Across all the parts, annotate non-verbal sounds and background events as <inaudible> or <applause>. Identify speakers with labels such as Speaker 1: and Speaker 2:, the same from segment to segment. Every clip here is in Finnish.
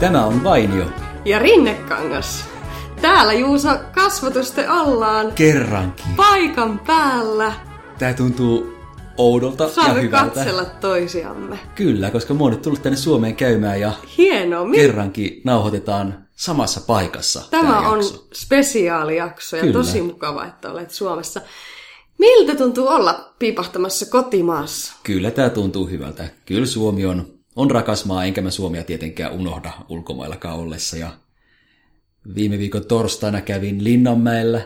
Speaker 1: Tämä on Vainio.
Speaker 2: ja Rinnekangas. Täällä Juuso kasvatusten ollaan
Speaker 1: Kerrankin.
Speaker 2: paikan päällä.
Speaker 1: Tää tuntuu oudolta ja
Speaker 2: Saamme
Speaker 1: hyvältä.
Speaker 2: katsella toisiamme.
Speaker 1: Kyllä, koska mä oon nyt tullut tänne Suomeen käymään ja
Speaker 2: Hienoa. Mi-
Speaker 1: kerrankin nauhoitetaan samassa paikassa
Speaker 2: Tämä
Speaker 1: tää
Speaker 2: on
Speaker 1: jakso.
Speaker 2: spesiaalijakso ja
Speaker 1: Kyllä.
Speaker 2: tosi mukava, että olet Suomessa. Miltä tuntuu olla piipahtamassa kotimaassa?
Speaker 1: Kyllä tää tuntuu hyvältä. Kyllä Suomi on, on rakas maa, enkä mä Suomia tietenkään unohda ulkomaillakaan ollessa. Ja viime viikon torstaina kävin Linnanmäellä.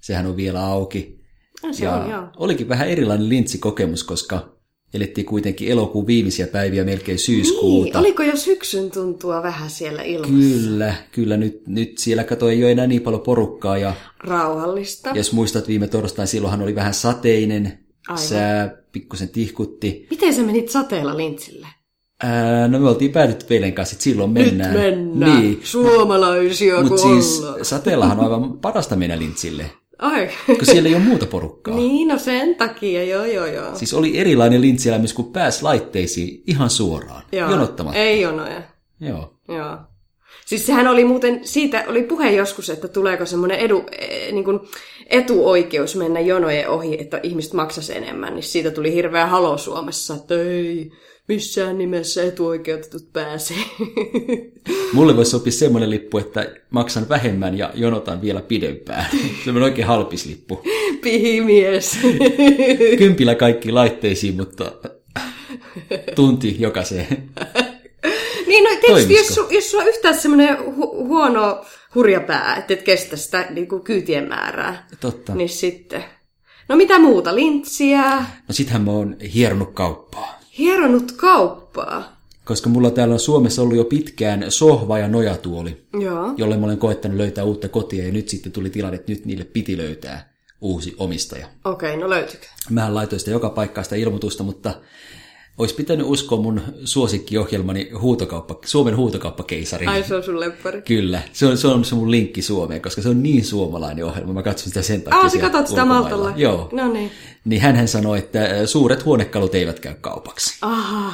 Speaker 1: Sehän on vielä auki.
Speaker 2: No, Se
Speaker 1: ja
Speaker 2: on, joo.
Speaker 1: olikin vähän erilainen lintsikokemus, koska elettiin kuitenkin elokuun viimeisiä päiviä melkein syyskuuta.
Speaker 2: Niin, oliko jo syksyn tuntua vähän siellä ilmassa?
Speaker 1: Kyllä, kyllä. Nyt, nyt siellä kato ei ole enää niin paljon porukkaa. Ja
Speaker 2: Ah. Rauhallista.
Speaker 1: jos muistat viime torstain, silloinhan oli vähän sateinen.
Speaker 2: Aivan.
Speaker 1: Sää pikkusen tihkutti.
Speaker 2: Miten sä menit sateella lintsille?
Speaker 1: Ää, no me oltiin päädytty Velen kanssa, että silloin mennään.
Speaker 2: Nyt mennään.
Speaker 1: Niin.
Speaker 2: Suomalaisia kun
Speaker 1: Mutta siis
Speaker 2: ollaan.
Speaker 1: sateellahan on aivan parasta mennä lintsille,
Speaker 2: Ai. <laughs>
Speaker 1: kun siellä ei ole muuta porukkaa.
Speaker 2: Niin, no sen takia, joo joo joo.
Speaker 1: Siis oli erilainen lintsielämys, kun pääsi laitteisiin ihan suoraan,
Speaker 2: joo.
Speaker 1: jonottamatta.
Speaker 2: Ei jonoja,
Speaker 1: Joo.
Speaker 2: joo. Siis sehän oli muuten, siitä oli puhe joskus, että tuleeko semmoinen edu, eh, niin kuin etuoikeus mennä jonojen ohi, että ihmiset maksaisi enemmän, niin siitä tuli hirveä halo Suomessa, että ei missään nimessä etuoikeutetut pääsee.
Speaker 1: Mulle voisi sopia semmoinen lippu, että maksan vähemmän ja jonotan vielä pidempään. <laughs> Semmoinen oikein halpis lippu.
Speaker 2: <laughs> Pihimies. <laughs>
Speaker 1: Kympillä kaikki laitteisiin, mutta tunti jokaiseen.
Speaker 2: Niin, no tietysti jos,
Speaker 1: Toimisiko?
Speaker 2: su, jos sulla on yhtään semmoinen hu, huono hurjapää, että et kestä sitä niin kuin kyytien määrää,
Speaker 1: Totta.
Speaker 2: niin sitten. No mitä muuta? Lintsiä,
Speaker 1: No sittenhän mä oon hieronut kauppaa.
Speaker 2: hieronut kauppaa.
Speaker 1: Koska mulla täällä on Suomessa ollut jo pitkään sohva ja nojatuoli,
Speaker 2: Joo.
Speaker 1: jolle mä olen koettanut löytää uutta kotia ja nyt sitten tuli tilanne, että nyt niille piti löytää uusi omistaja.
Speaker 2: Okei, no löytyykö?
Speaker 1: Mähän laitoin sitä joka paikkaa sitä ilmoitusta, mutta olisi pitänyt uskoa mun suosikkiohjelmani huutokauppa, Suomen huutokauppakeisarin.
Speaker 2: Ai se on sun leppari.
Speaker 1: Kyllä, se on, se on se mun linkki Suomeen, koska se on niin suomalainen ohjelma. Mä katson sitä sen takia.
Speaker 2: Aa, Ah, sä
Speaker 1: siellä
Speaker 2: katot sitä
Speaker 1: ulkomailla.
Speaker 2: Maltalla.
Speaker 1: Joo.
Speaker 2: No niin.
Speaker 1: Niin hän sanoi, että ö, suuret huonekalut eivät käy kaupaksi.
Speaker 2: Aha.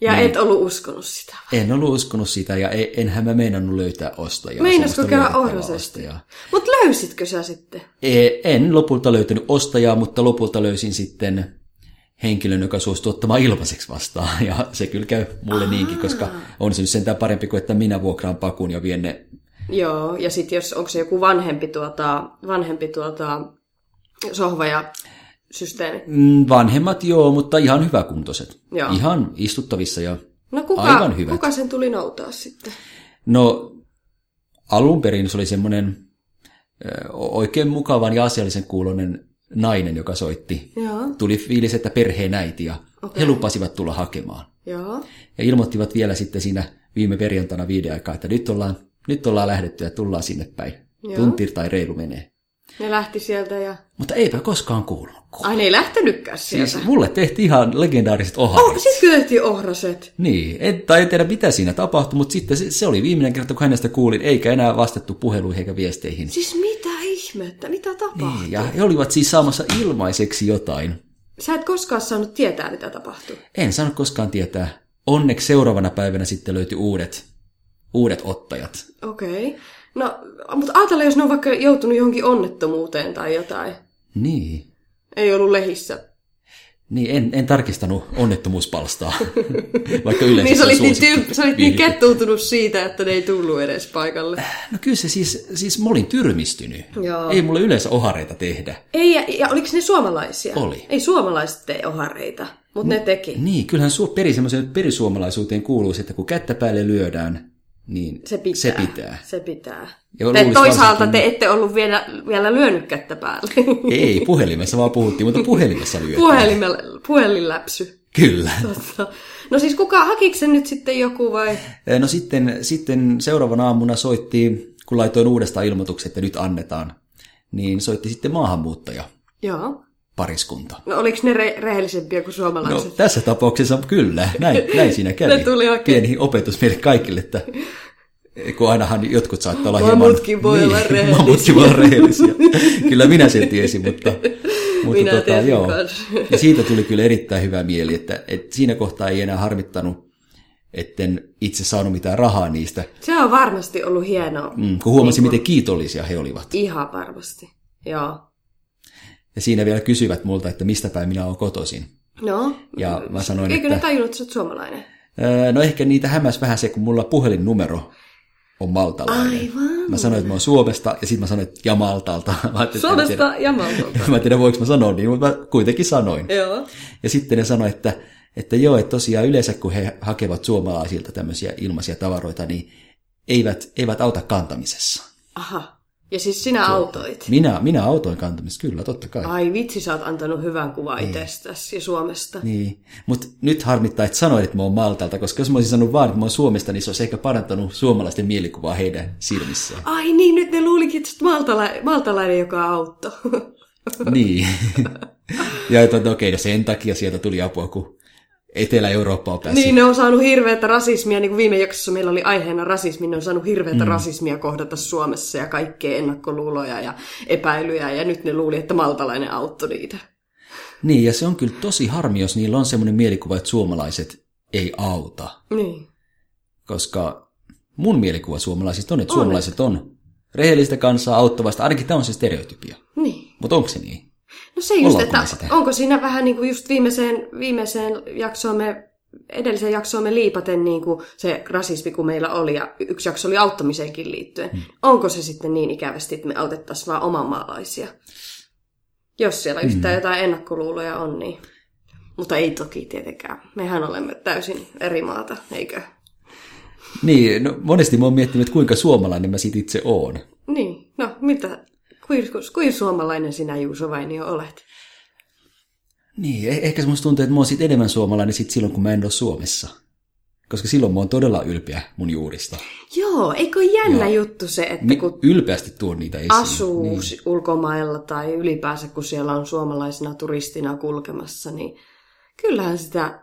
Speaker 2: Ja
Speaker 1: Niin.
Speaker 2: Näin. et ollut uskonut sitä.
Speaker 1: En ollut uskonut sitä ja e- enhän mä meinannut löytää ostajaa.
Speaker 2: Meinasko
Speaker 1: semmoista
Speaker 2: käydä
Speaker 1: luotettavaa
Speaker 2: ohrosesti?
Speaker 1: ostajaa.
Speaker 2: Mut löysitkö sä sitten?
Speaker 1: E- En lopulta löytänyt ostajaa, mutta lopulta löysin sitten henkilön, joka suostui ottamaan ilmaiseksi vastaan. <laughs> Ja se kyllä käy mulle niinkin, koska on se nyt sentään parempi kuin, että minä vuokraan pakun ja vien ne
Speaker 2: Joo, ja sitten jos onko se joku vanhempi, tuota, vanhempi tuota, sohva ja systeemi.
Speaker 1: Mm, Vanhemmat joo, mutta ihan hyväkuntoiset.
Speaker 2: Joo.
Speaker 1: Ihan istuttavissa ja...
Speaker 2: No kuka,
Speaker 1: Aivan hyvät.
Speaker 2: kuka sen tuli noutaa sitten?
Speaker 1: No, alun perin se oli semmoinen ö, oikein mukavan ja asiallisen kuulonen nainen, joka soitti.
Speaker 2: Joo,
Speaker 1: Tuli fiilis, että perheen äiti ja okay. he lupasivat tulla hakemaan.
Speaker 2: joo.
Speaker 1: Ja ilmoittivat vielä sitten siinä viime perjantaina viiden aikaa, että nyt ollaan, nyt ollaan lähdetty ja tullaan sinne päin.
Speaker 2: Joo.
Speaker 1: Tunti tai reilu menee.
Speaker 2: Ne lähti sieltä ja...
Speaker 1: Mutta eipä koskaan kuulunut. kuulunut.
Speaker 2: Ai ne ei lähtenytkään sieltä.
Speaker 1: Siis mulle tehtiin ihan legendaariset oharit.
Speaker 2: Oh, sitten kyöhtiin ohraset.
Speaker 1: Niin, en, tai en tiedä mitä siinä tapahtui, mutta sitten se, se oli viimeinen kerta, kun hänestä kuulin, eikä enää vastattu puheluihin eikä viesteihin.
Speaker 2: Siis mitä ihmettä? Mitä tapahtuu?
Speaker 1: Niin, ja he olivat siis saamassa ilmaiseksi jotain.
Speaker 2: Sä et koskaan saanut tietää, mitä tapahtuu.
Speaker 1: En saanut koskaan tietää. Onneksi seuraavana päivänä sitten löytyi uudet, uudet ottajat.
Speaker 2: Okei. Okay. No, mutta ajatella, jos ne on vaikka joutunut johonkin onnettomuuteen tai jotain.
Speaker 1: Niin,
Speaker 2: Ei ollut lehissä.
Speaker 1: niin en, en tarkistanut onnettomuuspalstaa, <laughs> vaikka yleensä
Speaker 2: Niin sä
Speaker 1: on
Speaker 2: olit niin,
Speaker 1: suosittu
Speaker 2: tyy- sä olit niin
Speaker 1: viihdytys.
Speaker 2: kettuutunut siitä, että ne ei tullut edes paikalle.
Speaker 1: No kyllä se siis, siis mä olin tyrmistynyt.
Speaker 2: Joo.
Speaker 1: Ei mulle yleensä ohareita tehdä.
Speaker 2: Ei, ja, ja oliko ne suomalaisia?
Speaker 1: Oli.
Speaker 2: Ei suomalaiset tee ohareita, mutta ne teki.
Speaker 1: Niin, kyllähän su- peri, semmoiseen perisuomalaisuuteen kuuluu se, että kun kättä päälle lyödään, niin
Speaker 2: Se pitää.
Speaker 1: Se pitää.
Speaker 2: Se pitää.
Speaker 1: Ja
Speaker 2: Te
Speaker 1: luulisi
Speaker 2: toisaalta
Speaker 1: varsinkin-
Speaker 2: te ette ollut vielä, vielä lyönyt kättä päälle. <laughs>
Speaker 1: Ei, puhelimessa vaan puhuttiin, mutta puhelimessa lyödään.
Speaker 2: Puhelimella- Puhelinläpsy.
Speaker 1: Kyllä.
Speaker 2: Totta. No siis kuka, hakiko sen nyt sitten joku vai?
Speaker 1: No sitten, sitten seuraavana aamuna soitti, kun laitoin uudestaan ilmoituksen, että nyt annetaan, niin soitti sitten maahanmuuttaja
Speaker 2: Joo.
Speaker 1: pariskunta.
Speaker 2: No oliko ne re- rehellisempiä kuin
Speaker 1: No,
Speaker 2: suomalaiset?
Speaker 1: tässä tapauksessa kyllä, näin, näin
Speaker 2: <laughs>
Speaker 1: siinä kävi.
Speaker 2: Ne tuli oikein.
Speaker 1: Pieni opetus meille kaikille, että kun ainahan jotkut saattaa olla
Speaker 2: Mammutkin voi olla
Speaker 1: <laughs>
Speaker 2: rehellisiä.
Speaker 1: Mammutkin voi olla rehellisiä. kyllä minä sen tiesin,
Speaker 2: <laughs>
Speaker 1: mutta, mutta
Speaker 2: Minä
Speaker 1: tota,
Speaker 2: tiesin
Speaker 1: joo.
Speaker 2: kanssa. <laughs>
Speaker 1: Ja siitä tuli kyllä erittäin hyvä mieli, että, että siinä kohtaa ei enää harmittanut etten itse saanut mitään rahaa niistä.
Speaker 2: Se on varmasti ollut hienoa.
Speaker 1: Mm, kun huomasin, miten kiitollisia he olivat.
Speaker 2: Ihan varmasti, joo.
Speaker 1: Ja siinä vielä kysyivät multa, että mistä päin minä olen kotoisin.
Speaker 2: No,
Speaker 1: Ja mä sanoin,
Speaker 2: eikö
Speaker 1: että-
Speaker 2: ne tajunnut, että sä oot suomalainen?
Speaker 1: Öö, No ehkä niitä hämäs vähän se, kun mulla puhelinnumero on maltalainen.
Speaker 2: Aivan.
Speaker 1: Mä sanoin, että mä oon Suomesta, ja sitten mä sanoin, että ja Maltalta. <laughs> Mä ajattelin, että en tiedä-
Speaker 2: Suomesta ja Maltalta.
Speaker 1: <laughs> Mä en tiedä, voiko mä sanoa niin, mutta mä kuitenkin sanoin.
Speaker 2: <laughs> joo.
Speaker 1: Ja sitten ne sanoi, että, että joo, että tosiaan yleensä kun he hakevat suomalaisilta tämmöisiä ilmaisia tavaroita, niin eivät, eivät auta kantamisessa.
Speaker 2: Aha. Ja siis sinä autoit.
Speaker 1: Minä, minä autoin kantamisessa, kyllä, totta kai.
Speaker 2: Ai vitsi, sä oot antanut hyvän kuvan itsestäsi ja Suomesta.
Speaker 1: Niin, mutta nyt harmittaa, että sanoit, että mä oon Maltalta, koska jos mä olisin sanonut vaan, että mä oon Suomesta, niin se olisi ehkä parantanut suomalaisten mielikuvaa heidän silmissään.
Speaker 2: <laughs> Ai niin, nyt ne luulikin, että sä oot maltala- maltalainen, joka auttoi. <laughs>
Speaker 1: Niin. <laughs> ja että okei, okay, no sen takia sieltä tuli apua, kun Etelä-Eurooppa on päässyt.
Speaker 2: niin, ne on saanut hirveätä rasismia, niin kuin viime jaksossa meillä oli aiheena rasismi, ne on saanut hirveätä mm. rasismia kohdata Suomessa ja kaikkea ennakkoluuloja ja epäilyjä, ja nyt ne luuli, että maltalainen auttoi niitä.
Speaker 1: niin, ja se on kyllä tosi harmi, jos niillä on semmoinen mielikuva, että suomalaiset ei auta.
Speaker 2: Niin.
Speaker 1: Koska mun mielikuva suomalaisista on, että suomalaiset on rehellistä kansaa auttavasta. Ainakin tämä on se stereotypia.
Speaker 2: Niin.
Speaker 1: Mutta onko se niin?
Speaker 2: No se just,
Speaker 1: Ollaanko
Speaker 2: että
Speaker 1: me sitä?
Speaker 2: onko siinä vähän niin kuin just viimeiseen, viimeiseen jaksoon me, edelliseen jaksoon me liipaten niin kuin se rasismi, kun meillä oli, ja y- yksi jakso oli auttamiseenkin liittyen. Hmm. Onko se sitten niin ikävästi, että me autettaisiin vaan omamaalaisia? Jos siellä hmm. yhtään jotain ennakkoluuloja on, niin... Mutta ei toki tietenkään. Mehän olemme täysin eri maata, eikö?
Speaker 1: Niin, no, monesti mä oon miettinyt, että kuinka suomalainen mä sit itse oon.
Speaker 2: Niin, no mitä? Kuin, kuin suomalainen sinä, Juuso Vainio, olet?
Speaker 1: Niin, eh- ehkä se musta tuntuu, että mä oon sit enemmän suomalainen sit silloin, kun mä en ole Suomessa. Koska silloin mä oon todella ylpeä mun juurista.
Speaker 2: Joo, eikö ole jännä Joo. juttu se, että
Speaker 1: Mi-
Speaker 2: kun
Speaker 1: ylpeästi tuon niitä esiin.
Speaker 2: asuu niin. ulkomailla tai ylipäänsä kun siellä on suomalaisena turistina kulkemassa, niin kyllähän sitä,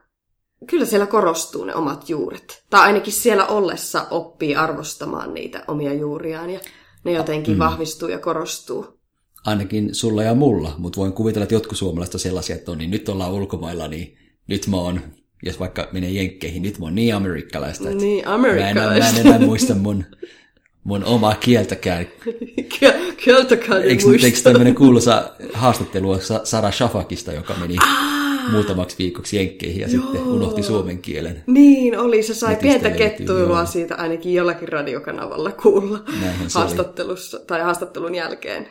Speaker 2: kyllä siellä korostuu ne omat juuret. Tai ainakin siellä ollessa oppii arvostamaan niitä omia juuriaan ja ne jotenkin mm. vahvistuu ja korostuu.
Speaker 1: Ainakin sulla ja mulla, mutta voin kuvitella, että jotkut suomalaiset on sellaisia, että on, niin nyt ollaan ulkomailla, niin nyt mä oon, jos vaikka menee jenkkeihin, nyt mä oon niin amerikkalaista, että
Speaker 2: Niin,
Speaker 1: mä en, mä en
Speaker 2: amerikkalaiset.
Speaker 1: enää muista mun, mun omaa kieltäkään.
Speaker 2: <laughs> Ky- Kyltäkään ei
Speaker 1: Eikö, eikö
Speaker 2: muista.
Speaker 1: tämmöinen kuuluisa haastattelu ole Sa- Sara Shafakista, joka meni
Speaker 2: Ah!
Speaker 1: muutamaksi viikoksi jenkkeihin ja Joo. sitten unohti suomen kielen?
Speaker 2: Niin oli, se sai
Speaker 1: Netistä
Speaker 2: pientä
Speaker 1: löytyy,
Speaker 2: kettuilua
Speaker 1: joo.
Speaker 2: siitä ainakin jollakin radiokanavalla kuulla
Speaker 1: Näinhän se oli.
Speaker 2: haastattelussa tai haastattelun jälkeen.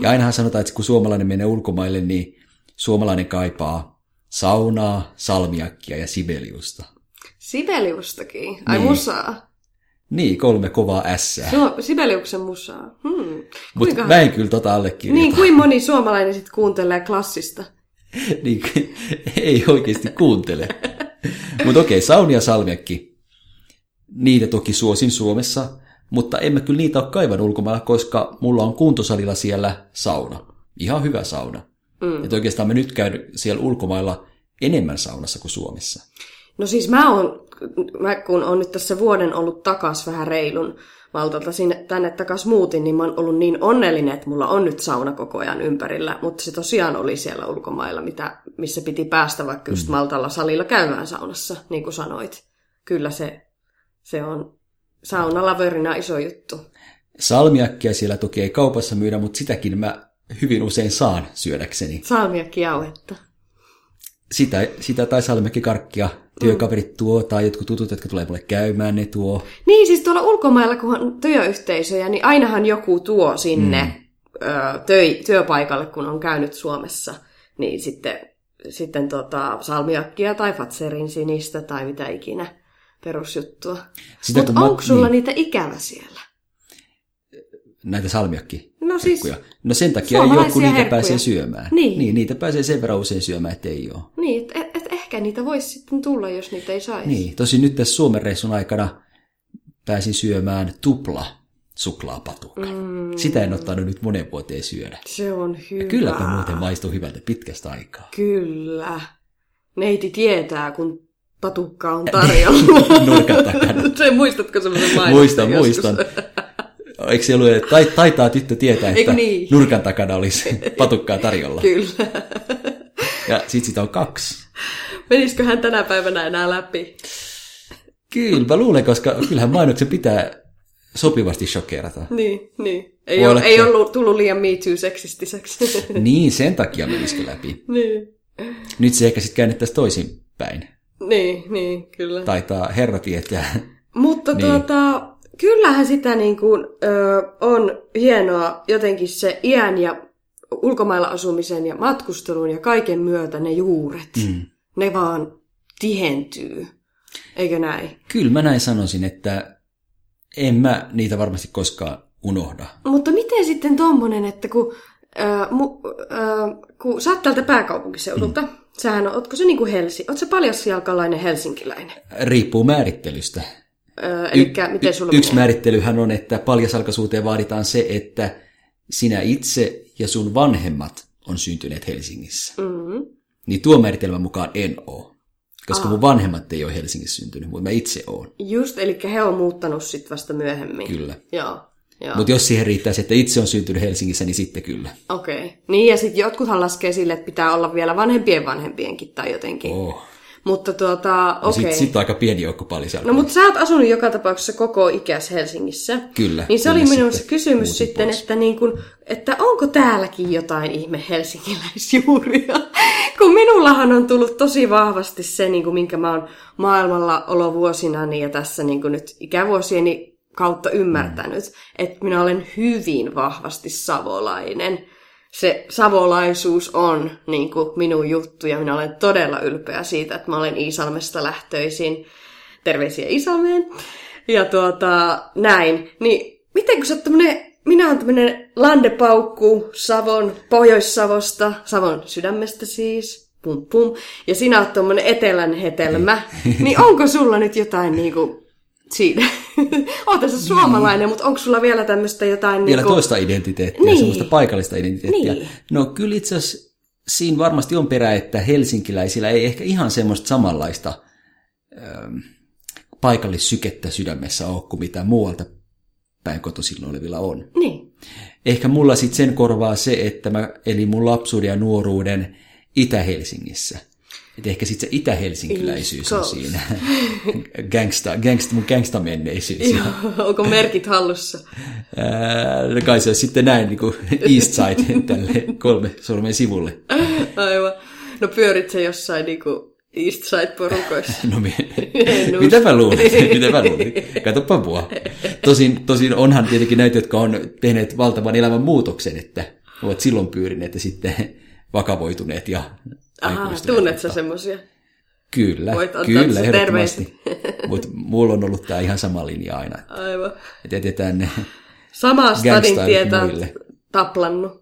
Speaker 1: Ja ainahan sanotaan, että kun suomalainen menee ulkomaille, niin suomalainen kaipaa saunaa, salmiakkia ja sibeliusta.
Speaker 2: Sibeliustakin. Ai
Speaker 1: Niin.
Speaker 2: niin. musaa.
Speaker 1: Niin, kolme kovaa ässää.
Speaker 2: Joo, Sibeliuksen musaa. Hmm.
Speaker 1: Mutta
Speaker 2: Kuinka...
Speaker 1: mä en kyllä tota
Speaker 2: Niin,
Speaker 1: allekirjoita.
Speaker 2: kuin moni suomalainen sitten kuuntelee klassista?
Speaker 1: <laughs> Niin. niin, ei oikeasti <laughs> kuuntele. Mutta okei, sauni ja salmiakki. Niitä toki suosin Suomessa, mutta emme kyllä niitä ole kaivan ulkomailla, koska mulla on kuntosalilla siellä sauna. Ihan hyvä sauna. Mm. Et oikeastaan me nyt käyn siellä ulkomailla enemmän saunassa kuin Suomessa.
Speaker 2: No siis mä, oon, mä kun on nyt tässä vuoden ollut takas vähän reilun valtalta sinne, tänne takas muutin, niin mä oon ollut niin onnellinen, että mulla on nyt sauna koko ajan ympärillä, mutta se tosiaan oli siellä ulkomailla, mitä, missä piti päästä vaikka
Speaker 1: Mm.
Speaker 2: just Maltalla salilla käymään saunassa, niin kuin sanoit. Kyllä se, se on saunalaverinä iso juttu.
Speaker 1: Salmiakkia siellä toki ei kaupassa myydä, mutta sitäkin mä hyvin usein saan syödäkseni.
Speaker 2: Salmiakki jauhetta.
Speaker 1: Sitä, sitä tai salmiakkikarkkia työkaverit tuo tai jotkut tutut, jotka tulee mulle käymään, ne tuo.
Speaker 2: Niin, siis tuolla ulkomailla, kun on työyhteisöjä, niin ainahan joku tuo sinne mm. ö, töi, työpaikalle, kun on käynyt Suomessa, niin sitten, sitten tota, salmiakkia tai fatserin sinistä tai mitä ikinä perusjuttua.
Speaker 1: Sitä,
Speaker 2: Mutta
Speaker 1: kun mä-
Speaker 2: onko sulla niin. niitä ikävä siellä?
Speaker 1: näitä salmiakki.
Speaker 2: No siis,
Speaker 1: No sen takia ei ole,
Speaker 2: Suomalaisia
Speaker 1: kun niitä
Speaker 2: herkkuja.
Speaker 1: pääsee syömään.
Speaker 2: Niin.
Speaker 1: niin. niitä pääsee sen verran usein syömään, että ei ole.
Speaker 2: niin, et, et, et ehkä niitä voisi sitten tulla, jos niitä ei saisi.
Speaker 1: Niin, tosin nyt tässä Suomen reissun aikana pääsin syömään tupla suklaapatukan. Mm. Sitä en ottanut nyt monen vuoteen syödä.
Speaker 2: Se on hyvä.
Speaker 1: Kylläpä muuten maistuu hyvältä pitkästä aikaa. <laughs>
Speaker 2: Kyllä. Neiti tietää, kun patukka on
Speaker 1: <laughs>
Speaker 2: tarjolla.
Speaker 1: Nurkan takana.
Speaker 2: <laughs> Se muistatko semmoisen mainoksen
Speaker 1: Muistan,
Speaker 2: joskus?
Speaker 1: muistan. Eikö se ollut, että tai, taitaa tyttö tietää,
Speaker 2: Eikö
Speaker 1: että
Speaker 2: niin?
Speaker 1: nurkan takana
Speaker 2: <laughs>
Speaker 1: olisi patukkaa tarjolla.
Speaker 2: <laughs> Kyllä.
Speaker 1: Ja sit sitä on kaksi.
Speaker 2: Menisiköhän tänä päivänä enää läpi?
Speaker 1: Kyllä, mä luulen, koska kyllähän mainoksen pitää sopivasti shokerata.
Speaker 2: Niin, niin. Ei,
Speaker 1: Voi
Speaker 2: ole,
Speaker 1: olla,
Speaker 2: ei
Speaker 1: että-
Speaker 2: ollut tullut liian Me Too seksistiseksi. <laughs>
Speaker 1: Niin, sen takia me iski läpi.
Speaker 2: niin,
Speaker 1: Nyt se ehkä sitten käännettäisiin toisinpäin.
Speaker 2: niin, niin, kyllä.
Speaker 1: Taitaa herra tietää.
Speaker 2: Mutta
Speaker 1: Niin.
Speaker 2: tuota, kyllähän sitä niin kuin, ö, on hienoa jotenkin se iän ja ulkomailla asumisen ja matkustelun ja kaiken myötä ne juuret. Mm. Ne vaan tihentyy. Eikö näin?
Speaker 1: Kyllä mä näin sanoisin, että en mä niitä varmasti koskaan unohda.
Speaker 2: Mutta miten sitten tommonen, että kun, ö, mu, ö, kun sä oot täältä pääkaupunkiseudulta, mm. sähän on, ootko se niin kuin Helsi, oot sä paljasjalkalainen helsinkiläinen?
Speaker 1: Riippuu määrittelystä.
Speaker 2: Ö, elikkä miten sulla
Speaker 1: yksi
Speaker 2: menee?
Speaker 1: määrittelyhän on, että paljasalkaisuuteen vaaditaan se, että sinä itse ja sun vanhemmat on syntyneet Helsingissä.
Speaker 2: mm.
Speaker 1: Niin tuo määritelmän mukaan en oo. Koska mun vanhemmat ei ole Helsingissä syntynyt, mutta mä itse oon,
Speaker 2: Just, eli he on muuttanut sit vasta myöhemmin.
Speaker 1: kyllä.
Speaker 2: Joo. Joo.
Speaker 1: Mutta jos siihen riittää se, että itse on syntynyt Helsingissä, niin sitten kyllä.
Speaker 2: Okei. Okay. Niin, ja sitten jotkuthan laskee sille, että pitää olla vielä vanhempien vanhempienkin tai jotenkin. Oh.
Speaker 1: Oh.
Speaker 2: Mutta tuota,
Speaker 1: Okay.
Speaker 2: okei.
Speaker 1: Sitten
Speaker 2: Okay.
Speaker 1: sit on aika pieni joukko paljasalkaisuutta.
Speaker 2: No mutta sä oot asunut joka tapauksessa koko ikäs Helsingissä.
Speaker 1: Kyllä,
Speaker 2: Niin se
Speaker 1: kunnes
Speaker 2: oli minun se
Speaker 1: sitten
Speaker 2: kysymys
Speaker 1: muutin
Speaker 2: sitten,
Speaker 1: pois.
Speaker 2: että, niin kun, että onko täälläkin jotain ihme helsinkiläisjuuria? <laughs> Kun minullahan on tullut tosi vahvasti se, niin kun, minkä mä oon maailmalla olovuosina niin ja tässä niin kun nyt ikävuosieni kautta ymmärtänyt, mm. että minä olen hyvin vahvasti savolainen. Se savolaisuus on niin kuin minun juttu ja minä olen todella ylpeä siitä, että mä olen Iisalmesta lähtöisin terveisiä Isalmeen. Ja tuota, näin. Niin miten kun sä oot tämmönen, minä oon tämmönen landepaukku Savon, Pohjois-Savosta, Savon sydämestä siis, pum pum. Ja sinä oot tommonen etelän hetelmä. niin onko sulla nyt jotain niinku siinä? <laughs> oot tässä suomalainen, mutta onko sulla vielä tämmöistä jotain
Speaker 1: Vielä
Speaker 2: niinku...
Speaker 1: toista identiteettiä,
Speaker 2: Niin.
Speaker 1: niin. semmoista paikallista identiteettiä.
Speaker 2: Niin.
Speaker 1: Niin. No kyllä itse asiassa siinä varmasti on perä, että helsinkiläisillä ei ehkä ihan semmoista samanlaista ähm, paikallissykettä sydämessä ole kuin mitä muualta päin kotoisin olevilla on.
Speaker 2: Niin. <laughs>
Speaker 1: Ehkä mulla sitten sen korvaa se, että mä elin mun lapsuuden ja nuoruuden Itä-Helsingissä. Et ehkä sitten se itä-helsinkiläisyys on
Speaker 2: East Coast.
Speaker 1: siinä. <laughs> Gangsta, gangsta, mun gangstamenneisyys. Ja
Speaker 2: Onko merkit hallussa? <laughs>
Speaker 1: Ää, no kai se olisi sitten näin niin kuin East Side <laughs> tälle kolme sormen sivulle.
Speaker 2: Aivan. No pyörit sä jossain niinku East Side-porukoissa.
Speaker 1: No,
Speaker 2: <laughs>
Speaker 1: mi-
Speaker 2: En
Speaker 1: mitä mä luulen? Mitä mä luulen? Katoppa mua. Tosin, tosin onhan tietenkin näitä, jotka on tehneet valtavan elämän muutoksen, että ovat silloin pyörineet ja sitten vakavoituneet ja
Speaker 2: Aha,
Speaker 1: aikuistuneet.
Speaker 2: tunnet sä semmosia?
Speaker 1: Kyllä,
Speaker 2: Voit antaa
Speaker 1: kyllä,
Speaker 2: tässä
Speaker 1: ehdottomasti. Mutta mulla on ollut tämä ihan sama linja aina,
Speaker 2: Aivan.
Speaker 1: että jätetään ne
Speaker 2: Samaa stadin
Speaker 1: Gangstailut
Speaker 2: tietä on
Speaker 1: muille.
Speaker 2: taplannut.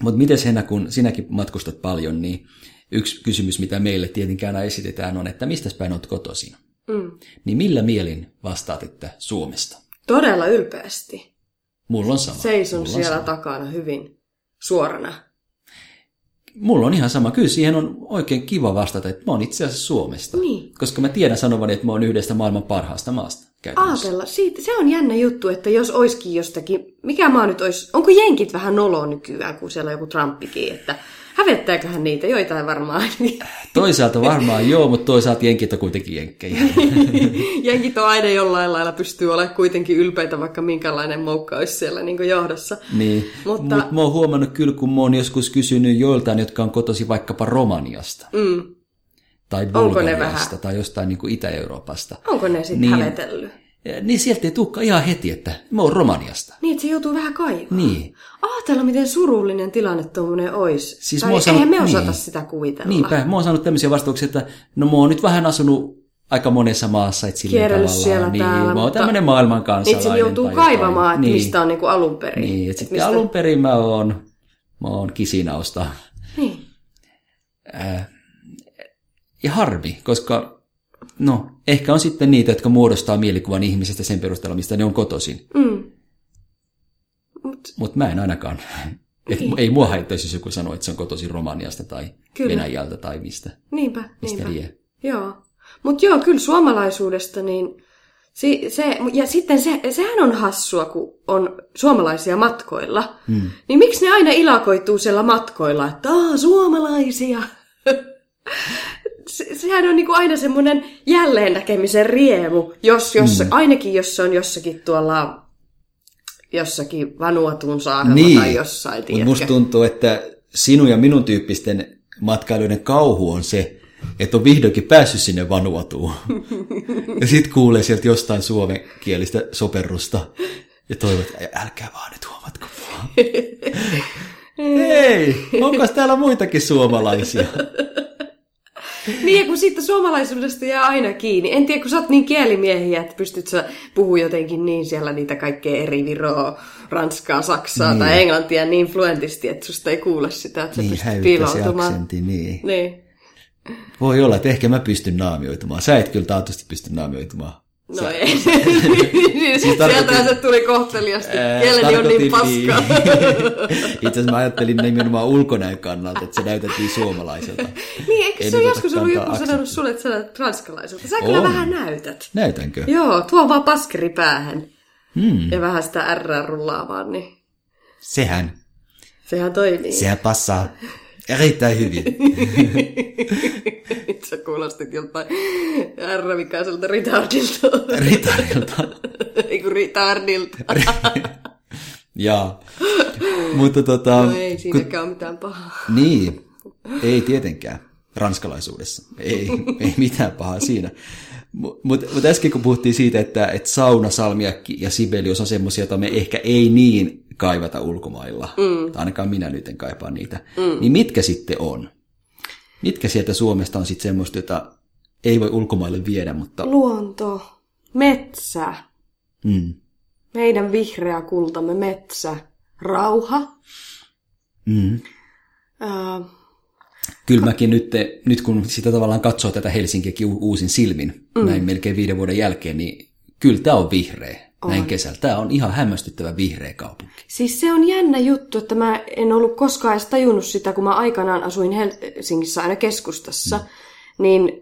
Speaker 1: Mutta miten Henna, kun sinäkin matkustat paljon, niin yksi kysymys, mitä meille tietenkin aina esitetään, on, että mistä päin olet kotoisin?
Speaker 2: Mm.
Speaker 1: Niin millä mielin vastaat, että Suomesta?
Speaker 2: Todella ylpeästi.
Speaker 1: Mulla on sama.
Speaker 2: Seison
Speaker 1: Mulla on
Speaker 2: siellä
Speaker 1: sama.
Speaker 2: takana hyvin suorana.
Speaker 1: Mulla on ihan sama. Kyllä siihen on oikein kiva vastata, että mä oon itse asiassa Suomesta.
Speaker 2: Niin.
Speaker 1: Koska mä tiedän sanovani, että mä oon yhdestä maailman parhaasta maasta. Käytännössä.
Speaker 2: Aatella, siitä, se on jännä juttu, että jos oiskin jostakin, mikä maa nyt olisi, onko jenkit vähän nolo nykyään, kun siellä on joku Trumpikin, että hävettääköhän niitä, joitain varmaan. <laughs>
Speaker 1: Toisaalta varmaan joo, mutta toisaalta jenkit on kuitenkin
Speaker 2: <laughs>
Speaker 1: jenkkejä.
Speaker 2: jenkit on aina jollain lailla pystyy olemaan kuitenkin ylpeitä, vaikka minkälainen moukka olisi siellä niin kuin johdossa.
Speaker 1: Niin.
Speaker 2: Mutta-
Speaker 1: Mutta Mut mä oon huomannut kyllä, kun mä oon joskus kysynyt joiltain, jotka on kotosi vaikkapa Romaniasta.
Speaker 2: Mm.
Speaker 1: tai
Speaker 2: ne
Speaker 1: Bulgariasta
Speaker 2: vähän?
Speaker 1: tai jostain niin kuin Itä-Euroopasta.
Speaker 2: Onko ne sitten niin.
Speaker 1: Niin.
Speaker 2: hävetellyt?
Speaker 1: Ja Niin sieltä ei tulekaan ihan heti, että mä oon Romaniasta.
Speaker 2: Niin, että se joutuu vähän kaivaa.
Speaker 1: Niin.
Speaker 2: Ajatella, miten surullinen tilanne tuommoinen olisi.
Speaker 1: Siis
Speaker 2: tai
Speaker 1: mua
Speaker 2: eihän
Speaker 1: sanon-
Speaker 2: me osata
Speaker 1: niin.
Speaker 2: sitä kuvitella.
Speaker 1: Niinpä, mä oon saanut tämmöisiä vastauksia, että no mä oon nyt vähän asunut aika monessa maassa, että sillä
Speaker 2: Kierrellyt
Speaker 1: tavalla.
Speaker 2: siellä
Speaker 1: niin,
Speaker 2: täällä,
Speaker 1: mä oon
Speaker 2: mutta-
Speaker 1: tämmöinen maailman kansalainen.
Speaker 2: Niin se joutuu
Speaker 1: tai jotain.
Speaker 2: kaivamaan, että
Speaker 1: niin,
Speaker 2: niin. mistä on niinku alun perin.
Speaker 1: Niin, että
Speaker 2: Et
Speaker 1: sitten alun perin mä oon, mä oon kisinausta.
Speaker 2: Niin.
Speaker 1: Äh, ja harmi, koska no, ehkä on sitten niitä, jotka muodostaa mielikuvan ihmisestä sen perusteella, mistä ne on kotoisin.
Speaker 2: Mm. Mut,
Speaker 1: Mutta mä en ainakaan. Et
Speaker 2: Niin.
Speaker 1: ei mua haittaisi, jos joku sanoo, että se on kotoisin Romaniasta tai
Speaker 2: Kyllä.
Speaker 1: Kyllä. Venäjältä tai mistä,
Speaker 2: niinpä,
Speaker 1: mistä
Speaker 2: niinpä.
Speaker 1: lie.
Speaker 2: Joo. Mutta joo, kyllä suomalaisuudesta, niin si, se, ja sitten se, sehän on hassua, kun on suomalaisia matkoilla.
Speaker 1: Hmm.
Speaker 2: Niin miksi ne aina ilakoituu siellä matkoilla, että aah, suomalaisia? <laughs> se, sehän on niinku aina semmoinen jälleen näkemisen riemu, jos, jos,
Speaker 1: Hmm.
Speaker 2: mm. ainakin jos se on jossakin tuolla jossakin Vanuatun saarella niin. tai jossain.
Speaker 1: Mutta musta tuntuu, että sinun ja minun tyyppisten matkailijoiden kauhu on se, että on vihdoinkin päässyt sinne
Speaker 2: <laughs>
Speaker 1: Vanuatuun. ja sit kuulee sieltä jostain suomenkielistä soperrusta ja toivoo, että älkää vaan nyt huomatko
Speaker 2: <laughs>
Speaker 1: vaan. Hei, onko täällä muitakin suomalaisia?
Speaker 2: <laughs> niin, ja kun siitä suomalaisuudesta jää aina kiinni. En tiedä, kun sä oot niin kielimiehiä, että pystyt sä puhua jotenkin niin siellä niitä kaikkea eri viroa, ranskaa, saksaa niin. tai englantia niin fluentisti, että susta ei kuule sitä, että sä
Speaker 1: Niin,
Speaker 2: pystyt
Speaker 1: häyttää se
Speaker 2: piiloutumaan.
Speaker 1: aksentti, niin.
Speaker 2: Niin.
Speaker 1: Voi olla, että ehkä mä pystyn naamioitumaan. Sä et kyllä taatusti pysty naamioitumaan.
Speaker 2: No
Speaker 1: <laughs>
Speaker 2: sä, ei. Niin, Sieltähän se tuli kohteliasti.
Speaker 1: Siis Ää, siis
Speaker 2: Kieleni on niin
Speaker 1: tarkoitin
Speaker 2: paskaa.
Speaker 1: niin. <laughs> Itse asiassa mä ajattelin nimenomaan ulkonäön kannalta, että se näytettiin suomalaiselta.
Speaker 2: Niin, eikö
Speaker 1: Ei
Speaker 2: se ole
Speaker 1: nyt
Speaker 2: joskus
Speaker 1: ota
Speaker 2: ollut
Speaker 1: kantaa
Speaker 2: joku sanonut
Speaker 1: aksentti.
Speaker 2: sulle, että sä näytät ranskalaiselta? Sä kyllä
Speaker 1: On.
Speaker 2: vähän näytät.
Speaker 1: Näytänkö?
Speaker 2: Joo, tuo vaan paskeri päähän.
Speaker 1: Hmm,
Speaker 2: Ja vähän sitä R rullaamaan, niin
Speaker 1: sehän,
Speaker 2: sehän toimii. Se...
Speaker 1: sehän passaa erittäin hyvin.
Speaker 2: Nyt sä kuulostit joltain R-vikaiselta retardilta.
Speaker 1: Ritarilta.
Speaker 2: Ei kun retardilta.
Speaker 1: Jaa. Mutta tota,
Speaker 2: No ei siinäkään ole mitään pahaa.
Speaker 1: Niin, ei tietenkään ranskalaisuudessa. Ei, ei mitään pahaa siinä. Mutta mut, mut äsken kun puhuttiin siitä, että et sauna, salmiakki ja sibelius on semmoisia, joita me ehkä ei niin kaivata ulkomailla, mm. tai ainakaan minä nyt en kaipaa niitä, mm. niin mitkä sitten on? Mitkä sieltä Suomesta on sitten semmoista, jota ei voi ulkomaille viedä, mutta...
Speaker 2: Luonto, metsä,
Speaker 1: Mm,
Speaker 2: meidän vihreä kultamme metsä, rauha.
Speaker 1: mm.
Speaker 2: Äh,
Speaker 1: Kyllä mäkin nyt, nyt kun sitä tavallaan katsoo tätä Helsinkiäkin u- uusin silmin, mm. näin melkein viiden vuoden jälkeen, niin kyllä tämä on vihreä on. näin kesällä. Tämä on ihan hämmästyttävä vihreä kaupunki.
Speaker 2: Siis se on jännä juttu, että mä en ollut koskaan edes tajunnut sitä, kun mä aikanaan asuin Helsingissä aina keskustassa. Mm. Niin,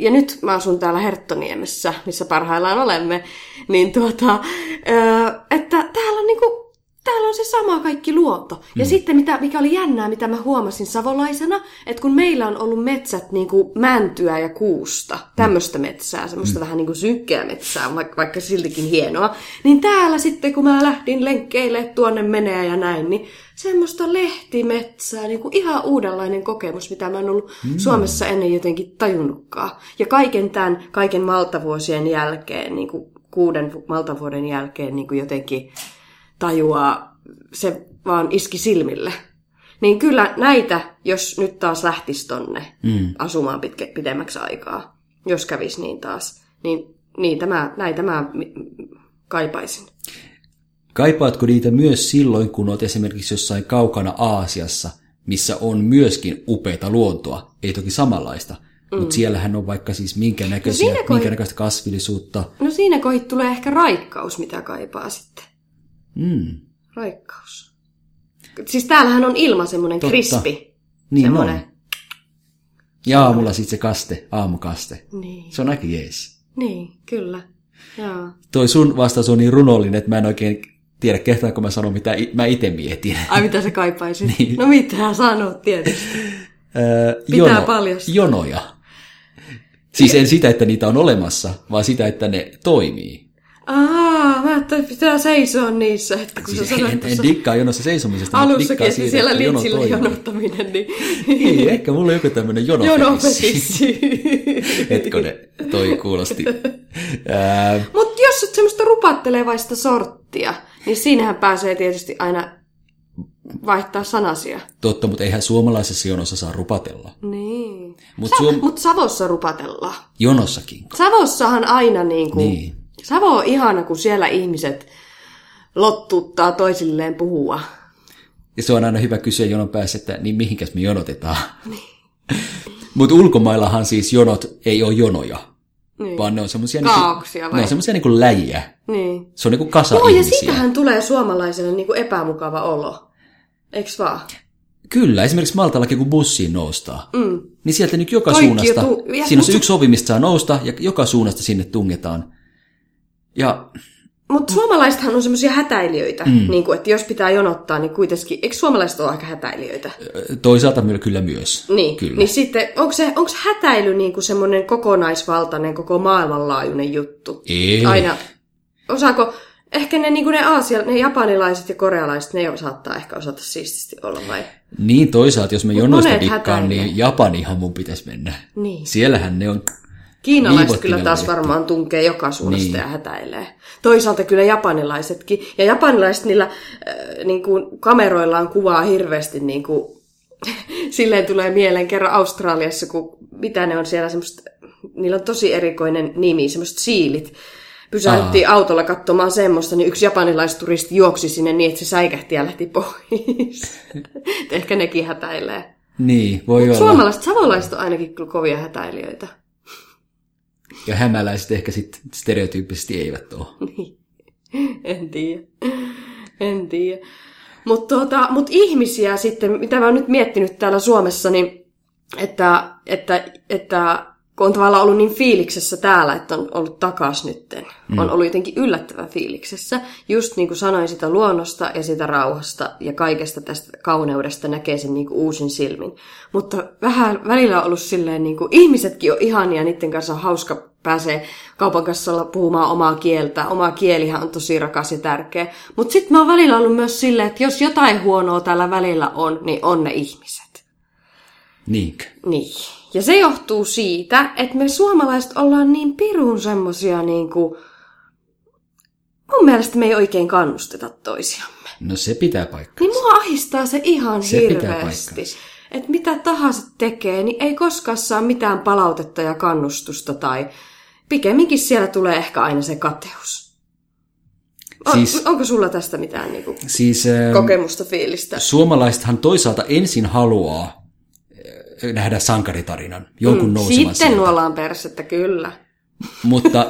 Speaker 2: ja nyt mä asun täällä Herttoniemessä, missä parhaillaan olemme. Niin tuota, ö, että täällä on niinku, täällä on se sama kaikki luonto. Ja sitten mitä, mikä oli jännää, mitä mä huomasin savolaisena, että kun meillä on ollut metsät niinku mäntyä ja kuusta, tämmöistä metsää, semmoista vähän niinku synkkää metsää, vaikka, vaikka siltikin hienoa, niin täällä sitten kun mä lähdin lenkkeille, että tuonne menee ja näin, niin semmoista lehtimetsää, niinku ihan uudenlainen kokemus, mitä mä en ollut mm. Suomessa ennen jotenkin tajunnutkaan. Ja kaiken tämän, kaiken maltavuosien jälkeen, niinku kuuden vu- maltavuoden jälkeen niinku jotenkin tajuaa, se vaan iski silmille. Niin kyllä näitä, jos nyt taas lähtisi tonne mm. asumaan pitkä, pidemmäksi aikaa, jos kävisi niin taas, niin niitä mä, näitä mä mi- m- kaipaisin.
Speaker 1: Kaipaatko niitä myös silloin, kun olet esimerkiksi jossain kaukana Aasiassa, missä on myöskin upeita luontoa, ei toki samanlaista, mm. mutta siellähän on vaikka siis minkä näköisiä,
Speaker 2: siinä kun-
Speaker 1: minkä näköistä kasvillisuutta.
Speaker 2: No siinä kohit tulee ehkä raikkaus, mitä kaipaa sitten.
Speaker 1: Mm.
Speaker 2: Raikkaus. Siis täällähän on ilma semmoinen
Speaker 1: Totta.
Speaker 2: krispi.
Speaker 1: Niin
Speaker 2: Semmoinen.
Speaker 1: on. Ja aamulla sitten se kaste, aamukaste.
Speaker 2: Niin.
Speaker 1: Se on aika jees.
Speaker 2: niin, kyllä. Joo.
Speaker 1: toi sun vastaus on niin runollinen, että mä en oikein tiedä kehtaanko mä sanon, mitä i- mä itse mietin.
Speaker 2: Ai mitä sä
Speaker 1: <laughs>
Speaker 2: kaipaisit? niin. No mitä sanot tietysti.
Speaker 1: Öö,
Speaker 2: Pitää paljastaa.
Speaker 1: Jonoja. Siis en sitä, että niitä on olemassa, vaan sitä, että ne toimii.
Speaker 2: Aa, mä ajattelin, että pitää seisoa niissä, että kun
Speaker 1: Siis
Speaker 2: sä
Speaker 1: en,
Speaker 2: sanoit
Speaker 1: en, en
Speaker 2: tuossa
Speaker 1: dikkaa jonossa seisomisesta, mutta
Speaker 2: alussakin,
Speaker 1: dikkaa
Speaker 2: että
Speaker 1: siitä,
Speaker 2: siellä
Speaker 1: että jono
Speaker 2: litsillä
Speaker 1: toimii.
Speaker 2: jonottaminen, niin
Speaker 1: Niin, ehkä mulla on joku tämmöinen jono.
Speaker 2: jonofetissi.
Speaker 1: Hetkone, toi kuulosti. Öö,
Speaker 2: Mutta jos et semmoista rupattelevaista sorttia, niin siinähän pääsee tietysti aina vaihtaa sanasia.
Speaker 1: totta, mutta eihän suomalaisessa jonossa saa rupatella.
Speaker 2: Niin.
Speaker 1: Mutta suom-
Speaker 2: Mutta Savossa rupatellaan.
Speaker 1: jonossakin.
Speaker 2: Savossahan aina niin kuin...
Speaker 1: Niin.
Speaker 2: Savo on ihana, kun siellä ihmiset lottuttaa toisilleen puhua.
Speaker 1: Ja se on aina hyvä kysyä jonon päässä, että niin mihinkäs me jonotetaan.
Speaker 2: Niin.
Speaker 1: <laughs> Mutta ulkomaillahan siis jonot ei ole jonoja,
Speaker 2: Niin.
Speaker 1: vaan ne on semmoisia
Speaker 2: Kaauksia
Speaker 1: niinku,
Speaker 2: vai?
Speaker 1: ne on semmosia niinku läjiä.
Speaker 2: Niin.
Speaker 1: Se on niinku kasa
Speaker 2: Joo, ja
Speaker 1: ihmisiä.
Speaker 2: siitähän tulee suomalaiselle niin kuin epämukava olo. Eiks vaan?
Speaker 1: Kyllä, esimerkiksi Maltallakin kun bussiin noustaa,
Speaker 2: Mm.
Speaker 1: niin sieltä nyt joka
Speaker 2: Kaikki
Speaker 1: suunnasta,
Speaker 2: jo tu- ja
Speaker 1: siinä on se
Speaker 2: kutsu-
Speaker 1: yksi ovi, mistä saa nousta, ja joka suunnasta sinne tungetaan. Ja
Speaker 2: Mutta suomalaisethan on semmoisia hätäilijöitä, mm. niin kuin, että jos pitää jonottaa, niin kuitenkin, eikö suomalaiset ole aika hätäilijöitä?
Speaker 1: Toisaalta myö- kyllä myös.
Speaker 2: Niin,
Speaker 1: Kyllä.
Speaker 2: niin sitten onko, se, onko hätäily niin kuin semmoinen kokonaisvaltainen, koko maailmanlaajuinen juttu?
Speaker 1: Ei.
Speaker 2: Aina, osaako, ehkä ne, niin kuin ne, Aasia, ne japanilaiset ja korealaiset, ne saattaa ehkä osata siististi olla vai?
Speaker 1: Niin toisaalta, jos me
Speaker 2: Mut
Speaker 1: jonosta
Speaker 2: monet
Speaker 1: dikkaan,
Speaker 2: hätäilee.
Speaker 1: niin Japanihan mun pitäisi mennä.
Speaker 2: Niin.
Speaker 1: Siellähän ne on...
Speaker 2: Kiinalaiset
Speaker 1: Liivottimella
Speaker 2: kyllä taas
Speaker 1: ajettu.
Speaker 2: varmaan tunkee joka suunnasta
Speaker 1: Niin.
Speaker 2: niin. ja hätäilee. Toisaalta kyllä japanilaisetkin. Ja japanilaiset niillä äh, niin kuin kameroillaan kuvaa hirveästi. Niin kuin, <laughs> silleen tulee mieleen kerran Australiassa, kun mitä ne on siellä semmoista, niillä on tosi erikoinen nimi, semmoiset siilit. Pysähdyttiin autolla katsomaan semmoista, niin yksi japanilaisturisti juoksi sinne niin, että se säikähti ja lähti pois. Et Ehkä nekin hätäilee.
Speaker 1: Niin, voi olla.
Speaker 2: Suomalaiset, savolaiset on ainakin kyllä kovia hätäilijöitä.
Speaker 1: Ja hämäläiset ehkä sitten stereotyyppisesti eivät ole.
Speaker 2: Niin. <laughs> En tiedä. En tiedä. Mutta tuota, mut ihmisiä sitten, mitä mä oon nyt miettinyt täällä Suomessa, niin että, että, että kun on tavallaan ollut niin fiiliksessä täällä, että on ollut takas nytten. Mm. On ollut jotenkin yllättävän fiiliksessä. Just niin kuin sanoin, sitä luonnosta ja sitä rauhasta ja kaikesta tästä kauneudesta näkee sen niin kuin uusin silmin. Mutta vähän välillä on ollut silleen, niin kuin ihmisetkin on ihania, niiden kanssa on hauska pääsee kaupan kassalla puhumaan omaa kieltä. Oma kielihän on tosi rakas ja tärkeä. Mutta sitten mä oon välillä ollut myös silleen, että jos jotain huonoa täällä välillä on, niin on ne ihmiset.
Speaker 1: Niinkö?
Speaker 2: Niin. Ja se johtuu siitä, että me suomalaiset ollaan niin pirun semmosia niinku... Mun mielestä me ei oikein kannusteta toisiamme.
Speaker 1: No se pitää paikkaa.
Speaker 2: Niin mua ahistaa se ihan
Speaker 1: Se pitää
Speaker 2: hirveästi.
Speaker 1: paikkansa.
Speaker 2: Että mitä tahansa tekee, niin ei koskaan saa mitään palautetta ja kannustusta tai... Pikemminkin siellä tulee ehkä aina se kateus. On,
Speaker 1: Siis-
Speaker 2: siis... Onko sulla tästä mitään niinku
Speaker 1: Siis ähm,
Speaker 2: kokemusta, fiilistä?
Speaker 1: suomalaisethan toisaalta ensin haluaa äh, nähdä sankaritarinan, jonkun mm, nousevan
Speaker 2: Sitten
Speaker 1: sieltä.
Speaker 2: nuolaan persettä, kyllä.
Speaker 1: Mutta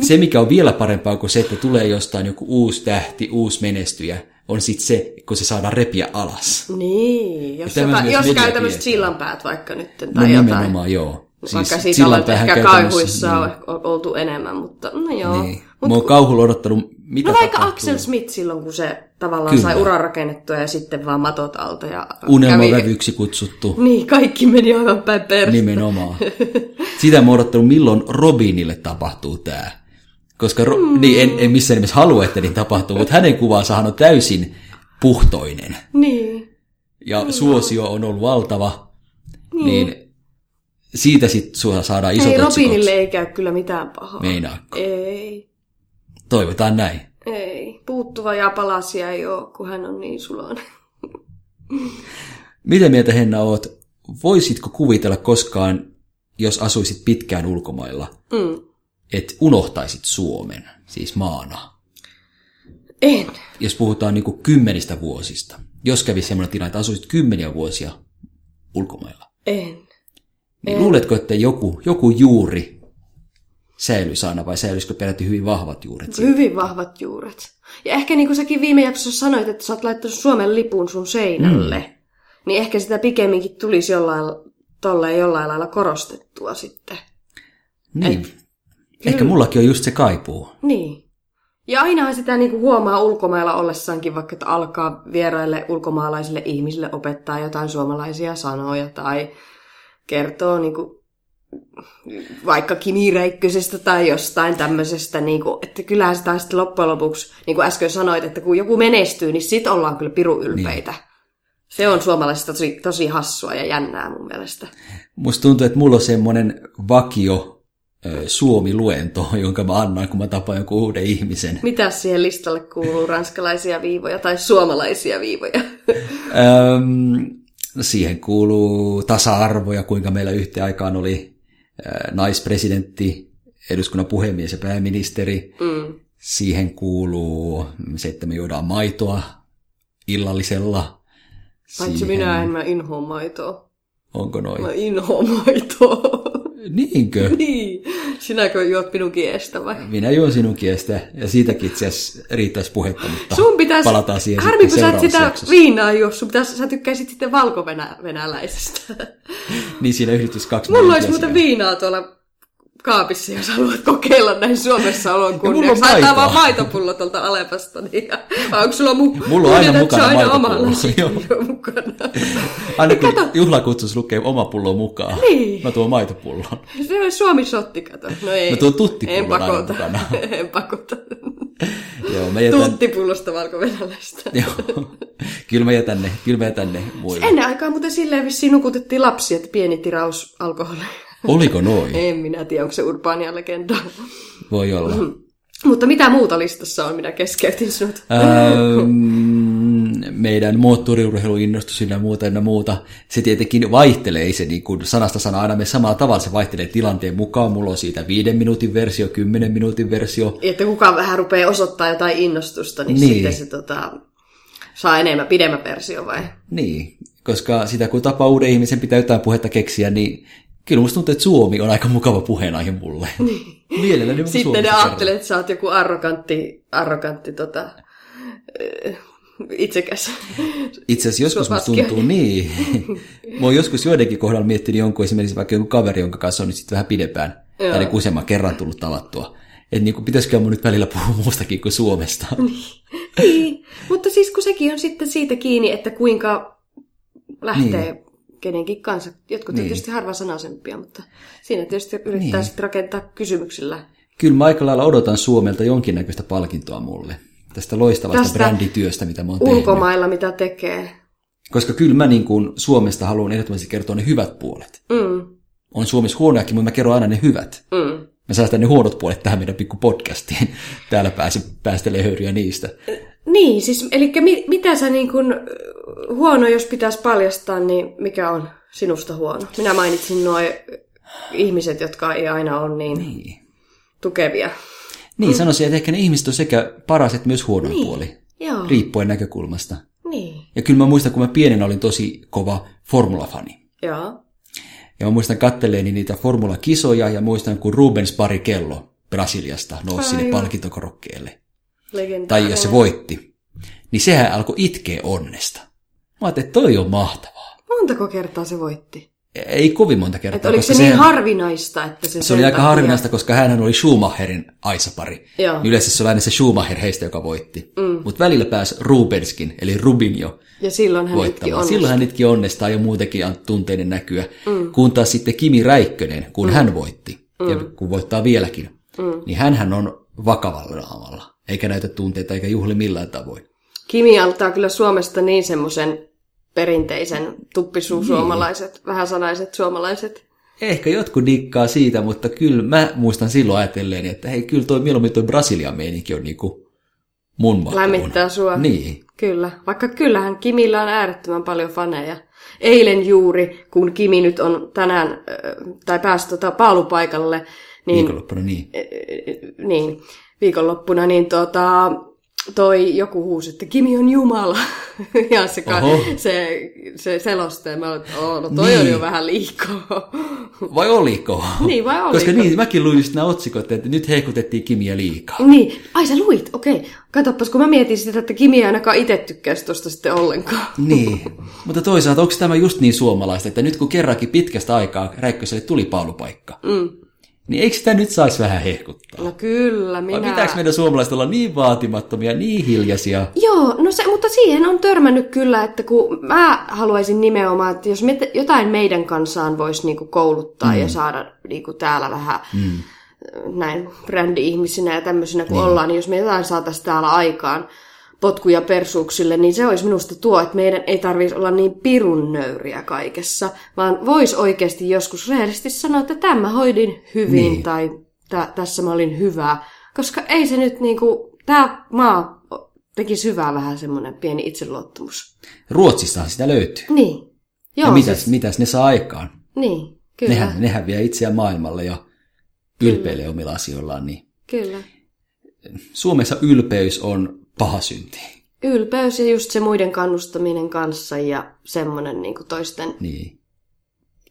Speaker 1: se, mikä on vielä parempaa kuin se, että tulee jostain joku uusi tähti, uusi menestyjä, on sitten se, kun se saadaan repiä alas.
Speaker 2: Niin, jos,
Speaker 1: Ja
Speaker 2: jota,
Speaker 1: tämmöisiä
Speaker 2: jos
Speaker 1: videoita
Speaker 2: käy tämmöiset
Speaker 1: pidetään.
Speaker 2: sillanpäät vaikka nyt tai
Speaker 1: No
Speaker 2: jotain.
Speaker 1: nimenomaan, joo.
Speaker 2: Vaikka
Speaker 1: Siis
Speaker 2: siitä
Speaker 1: sillan
Speaker 2: olet
Speaker 1: päähän
Speaker 2: ehkä
Speaker 1: käy tämmössä-
Speaker 2: kauhuissa on oltu enemmän, mutta no joo.
Speaker 1: Niin.
Speaker 2: Mut,
Speaker 1: Mä oon kauhulla odottanut, mitä
Speaker 2: no vaikka
Speaker 1: tapahtuu.
Speaker 2: Axel Smith silloin, kun se tavallaan
Speaker 1: Kyllä.
Speaker 2: sai uran rakennettua ja sitten vaan matot alta ja
Speaker 1: Unelmavävyksi kutsuttu,
Speaker 2: Niin, kaikki meni aivan päin perse.
Speaker 1: Niin. nimenomaan. Sitä mä oon odottanut, milloin Robinille tapahtuu tää. Koska Ro- niin, en, en missään nimessä halua, että niin tapahtuu, mutta hänen kuvansahan on täysin puhtoinen.
Speaker 2: Niin.
Speaker 1: ja suosio on ollut valtava, niin, niin siitä sitten saadaan isot
Speaker 2: Ei
Speaker 1: otsikot. Niin.
Speaker 2: Robinille ei käy kyllä mitään pahaa.
Speaker 1: Meinaako?
Speaker 2: Ei,
Speaker 1: Toivotaan näin.
Speaker 2: ei. Puuttuva ja palasia ei ole, kun hän on niin suloinen.
Speaker 1: Mitä mieltä Henna oot? Voisitko kuvitella koskaan, jos asuisit pitkään ulkomailla,
Speaker 2: Mm.
Speaker 1: että unohtaisit Suomen, siis maana?
Speaker 2: En.
Speaker 1: Jos puhutaan niinku kymmenistä vuosista. Jos kävi sellainen tilanne, että asuisit kymmeniä vuosia ulkomailla,
Speaker 2: En.
Speaker 1: niin luuletko, että joku, joku juuri säilyisi aina vai säilyisikö peräti hyvin vahvat juuret? siinä?
Speaker 2: Hyvin vahvat juuret. Ja ehkä niin kuin säkin viime jaksossa sanoit, että sä oot laittanut Suomen lipun sun seinälle, mm. niin ehkä sitä pikemminkin tulisi jollain, tolleen jollain lailla korostettua sitten.
Speaker 1: Niin. Ehkä mullakin on just se kaipuu.
Speaker 2: Niin. Ja ainahan sitä niin kuin huomaa ulkomailla ollessaankin, vaikka että alkaa vieraille ulkomaalaisille ihmisille opettaa jotain suomalaisia sanoja tai kertoo niin kuin vaikka Kimi Räikkösestä tai jostain tämmöisestä, niin kuin, että kyllähän sitä sitten loppujen lopuksi, niin kuin äsken sanoit, että kun joku menestyy, niin sit ollaan kyllä piru ylpeitä. Niin. Se on suomalaisista tosi, tosi hassua ja jännää mun mielestä.
Speaker 1: Musta tuntuu, että mulla on semmoinen vakio ö, Suomi-luento, <laughs> jonka mä annan, kun mä tapaan jonkun uuden ihmisen.
Speaker 2: Mitä siihen listalle kuuluu, ranskalaisia viivoja tai suomalaisia viivoja? <laughs>
Speaker 1: Öm, no siihen kuuluu tasa-arvo ja kuinka meillä yhteen aikaan oli ö, naispresidentti, eduskunnan puhemies ja pääministeri.
Speaker 2: Mm.
Speaker 1: Siihen kuuluu se, että me juodaan maitoa illallisella.
Speaker 2: Paitsi
Speaker 1: Siihen-
Speaker 2: minä en mä inhoa maitoa.
Speaker 1: Onko noin?
Speaker 2: Mä inhoan maitoa. <laughs>
Speaker 1: Niinkö?
Speaker 2: niin. Sinäkö juot minun kiestä vai?
Speaker 1: Minä juon sinun kiestä, ja siitäkin itse asiassa riittäisi puhetta, mutta
Speaker 2: Sun pitäisi...
Speaker 1: palataan siihen
Speaker 2: Harmi, kun
Speaker 1: sitten
Speaker 2: sä et
Speaker 1: seuraavassa
Speaker 2: sitä
Speaker 1: jaksossa.
Speaker 2: viinaa juo. Sun pitäisi... Sä tykkäisit sitten valko-venäläisestä.
Speaker 1: Niin siinä yhdistys kaksi
Speaker 2: Mulla
Speaker 1: mieltä
Speaker 2: olisi muuten
Speaker 1: asiaa.
Speaker 2: viinaa tuolla kaapissa, jos haluat kokeilla näin Suomessa olon kunniaksi.
Speaker 1: mulla on
Speaker 2: Haetaan vaan
Speaker 1: maitoa.
Speaker 2: maitopullo tuolta Alepasta. Niin, ja, vai onko sulla, mu-
Speaker 1: Mulla on aina
Speaker 2: Pyydetäänkö
Speaker 1: mukana
Speaker 2: se aina oma
Speaker 1: maitopullo,
Speaker 2: lasi
Speaker 1: joo.
Speaker 2: mukana.
Speaker 1: <laughs> Aina kun juhlakutsus lukee oma pullo mukaan,
Speaker 2: Niin.
Speaker 1: mä tuon maitopullon.
Speaker 2: Se on Suomi shotti, kato. No ei.
Speaker 1: Mä tuon tuttipullon
Speaker 2: En pakota.
Speaker 1: aina mukana.
Speaker 2: <laughs> en pakota.
Speaker 1: Joo, mä jätän,
Speaker 2: Tuttipullosta
Speaker 1: Niin.
Speaker 2: valko-venäläistä.
Speaker 1: <laughs> joo, kyllä mä jätän ne, kyllä mä jätän ne muille.
Speaker 2: Ennen aikaa muuten silleen vissiin nukutettiin lapsia, että pieni tiraus alkoholia.
Speaker 1: Oliko noin?
Speaker 2: En minä tiedä, onko se urbaania legendaa.
Speaker 1: Voi olla.
Speaker 2: Mutta mitä muuta listassa on, minä keskeytin sinut?
Speaker 1: Ähm, meidän moottoriurheiluinnostus ynnä muuta ynnä muuta. Se tietenkin vaihtelee, ei se niin kuin sanasta sanaa aina me samalla tavalla, se vaihtelee tilanteen mukaan. Mulla on siitä viiden minuutin versio, kymmenen minuutin versio.
Speaker 2: Että kukaan vähän rupeaa osoittaa jotain innostusta, niin,
Speaker 1: Niin.
Speaker 2: niin. sitten se tota, saa enemmän, pidemmän versio vai?
Speaker 1: Niin, koska sitä kun tapaa uuden ihmisen, pitää jotain puhetta keksiä, niin kyllä musta tuntuu, että Suomi on aika mukava puheenaihe mulle. Mielelläni mä
Speaker 2: Niin. Sitten
Speaker 1: Suomesta
Speaker 2: ne
Speaker 1: kerron.
Speaker 2: ajattelee, että sä oot joku arrogantti, arrogantti tota, äh, itsekäs.
Speaker 1: Itse asiassa joskus musta
Speaker 2: Slovakia.
Speaker 1: tuntuu niin. Mä oon joskus joidenkin kohdalla miettinyt jonkun esimerkiksi vaikka joku kaveri, jonka kanssa on nyt sitten vähän pidempään,
Speaker 2: Joo.
Speaker 1: tai niin kuin useamman kerran tullut tavattua. Että niin pitäisikö mun nyt välillä puhua muustakin kuin Suomesta.
Speaker 2: niin. Mutta siis kun sekin on sitten siitä kiinni, että kuinka lähtee niin. kenenkin kanssa. Jotkut niin.
Speaker 1: Niin.
Speaker 2: on tietysti harvasanaisempia, mutta siinä tietysti yrittää
Speaker 1: Niin.
Speaker 2: niin. sitten rakentaa kysymyksillä.
Speaker 1: Kyllä mä aika lailla odotan Suomelta jonkinnäköistä palkintoa mulle. Tästä loistavasta Tästä
Speaker 2: Tästä
Speaker 1: brändityöstä, mitä mä oon tehnyt.
Speaker 2: Ulkomailla mitä tekee.
Speaker 1: Koska kyllä mä niin kuin Suomesta haluan ehdottomasti kertoa ne hyvät puolet.
Speaker 2: Mm,
Speaker 1: On Suomessa huonoakin, mutta mä kerron aina ne hyvät.
Speaker 2: mm.
Speaker 1: Mä säästän ne huonot puolet tähän meidän pikku podcastiin. <laughs> Täällä pääsi päästelee höyryä niistä.
Speaker 2: Niin, siis eli mi- mitä sä niin kun, äh, huono, jos pitäisi paljastaa, niin mikä on sinusta huono? Minä mainitsin nuo ihmiset, jotka ei aina ole niin, niin.
Speaker 1: Niin.
Speaker 2: tukevia. Mm.
Speaker 1: Niin, sanoisin, että ehkä ne ihmiset on sekä paras että myös huonoin niin. puoli,
Speaker 2: Joo,
Speaker 1: riippuen näkökulmasta.
Speaker 2: niin.
Speaker 1: Ja kyllä mä muistan, kun mä pienen olin tosi kova formulafani.
Speaker 2: Joo.
Speaker 1: Ja mä muistan katteleeni niitä formulakisoja ja muistan, kun Rubens Barrichello Brasiliasta nousi
Speaker 2: Ai
Speaker 1: sinne
Speaker 2: joo.
Speaker 1: palkintokorokkeelle. Tai
Speaker 2: Legendaarinen.
Speaker 1: jos se voitti, niin sehän alkoi itkeä onnesta. Mä ajattelin, että toi on mahtavaa.
Speaker 2: Montako kertaa se voitti?
Speaker 1: Ei kovin monta kertaa.
Speaker 2: Että oliko se,
Speaker 1: koska
Speaker 2: se niin
Speaker 1: sehän-
Speaker 2: harvinaista, että se
Speaker 1: Se
Speaker 2: sen
Speaker 1: oli aika
Speaker 2: takia-
Speaker 1: harvinaista, koska hän oli Schumacherin aisapari.
Speaker 2: Joo.
Speaker 1: Niin Yleensä se oli aina se Schumacher heistä, joka voitti.
Speaker 2: Mm.
Speaker 1: Mutta välillä pääsi Rubenskin, eli Rubinjo,
Speaker 2: Ja silloin hän itki
Speaker 1: voittamaan.
Speaker 2: on.
Speaker 1: Silloin hän itki onnestaa ja muutenkin an- tunteiden näkyä. Mm. Kun taas sitten Kimi Räikkönen, kun mm. hän voitti, mm. ja kun voittaa vieläkin, mm. niin hän on vakavalla naamalla. Eikä näytä tunteita eikä juhli millään tavoin.
Speaker 2: Kimi altaa kyllä Suomesta niin semmoisen perinteisen tuppisuusuomalaiset, niin. vähäsanaiset suomalaiset.
Speaker 1: Ehkä jotkut dikkaa siitä, mutta kyllä mä muistan silloin ajatelleeni, että hei, kyllä toi mieluummin toi Brasilian meininki on niinku mun makuun.
Speaker 2: Lämmittää sua.
Speaker 1: Niin.
Speaker 2: Kyllä, vaikka kyllähän Kimillä on äärettömän paljon faneja. Eilen juuri, kun Kimi nyt on tänään, äh, tai pääsi tota paalupaikalle, niin,
Speaker 1: Viikonloppuna niin.
Speaker 2: äh, niin viikonloppuna, niin tota, toi joku huusi, että Kimi on Jumala. <laughs> ja se, ka-
Speaker 1: Oho.
Speaker 2: se, se seloste, mä olin, että "Oo, no toi
Speaker 1: Niin.
Speaker 2: niin. on jo vähän liikaa. <laughs>
Speaker 1: Vai oliko?
Speaker 2: Niin, vai oliko?
Speaker 1: Koska niin, mäkin luin just nämä otsikot, että nyt heikutettiin Kimiä
Speaker 2: <laughs>
Speaker 1: liikaa.
Speaker 2: niin, ai sä luit, okei. Okay. Katoppas, kun mä mietin sitä, että Kimi ei ainakaan itse tykkäisi tosta sitten ollenkaan.
Speaker 1: Niin, mutta toisaalta onko tämä just niin suomalaista, että nyt kun kerrankin pitkästä aikaa Räikköselle tuli paalupaikka, mm. niin eikö sitä nyt saisi vähän hehkuttaa?
Speaker 2: No kyllä, minä...
Speaker 1: Vai pitääkö meidän suomalaiset olla niin vaatimattomia, niin hiljaisia?
Speaker 2: Joo, no se, mutta siihen on törmännyt kyllä, että kun mä haluaisin nimenomaan, että jos me, jotain meidän kansaan voisi niinku kouluttaa mm. ja saada niinku täällä vähän mm. näin brändi-ihmisinä ja tämmöisinä kuin niin. ollaan, niin jos me jotain saataisiin täällä aikaan potkuja persuuksille, niin se olisi minusta tuo, että meidän ei tarvitsisi olla niin pirun nöyriä kaikessa, vaan voisi oikeasti joskus rehellisesti sanoa, että tämä hoidin hyvin
Speaker 1: Niin.
Speaker 2: niin. tai tä, tässä mä olin hyvä, koska ei se nyt niinku, tämä maa teki syvää vähän semmoinen pieni itseluottamus.
Speaker 1: Ruotsistahan sitä löytyy.
Speaker 2: Niin. Joo,
Speaker 1: ja mitäs,
Speaker 2: siis-
Speaker 1: mitäs ne saa aikaan?
Speaker 2: Niin, kyllä,
Speaker 1: Nehän, nehän vie itseään maailmalle ja ylpeilee omilla asioillaan. Niin.
Speaker 2: kyllä.
Speaker 1: Suomessa ylpeys on paha synti.
Speaker 2: Ylpeys ja just se muiden kannustaminen kanssa ja semmoinen niin niinku toisten
Speaker 1: Niin.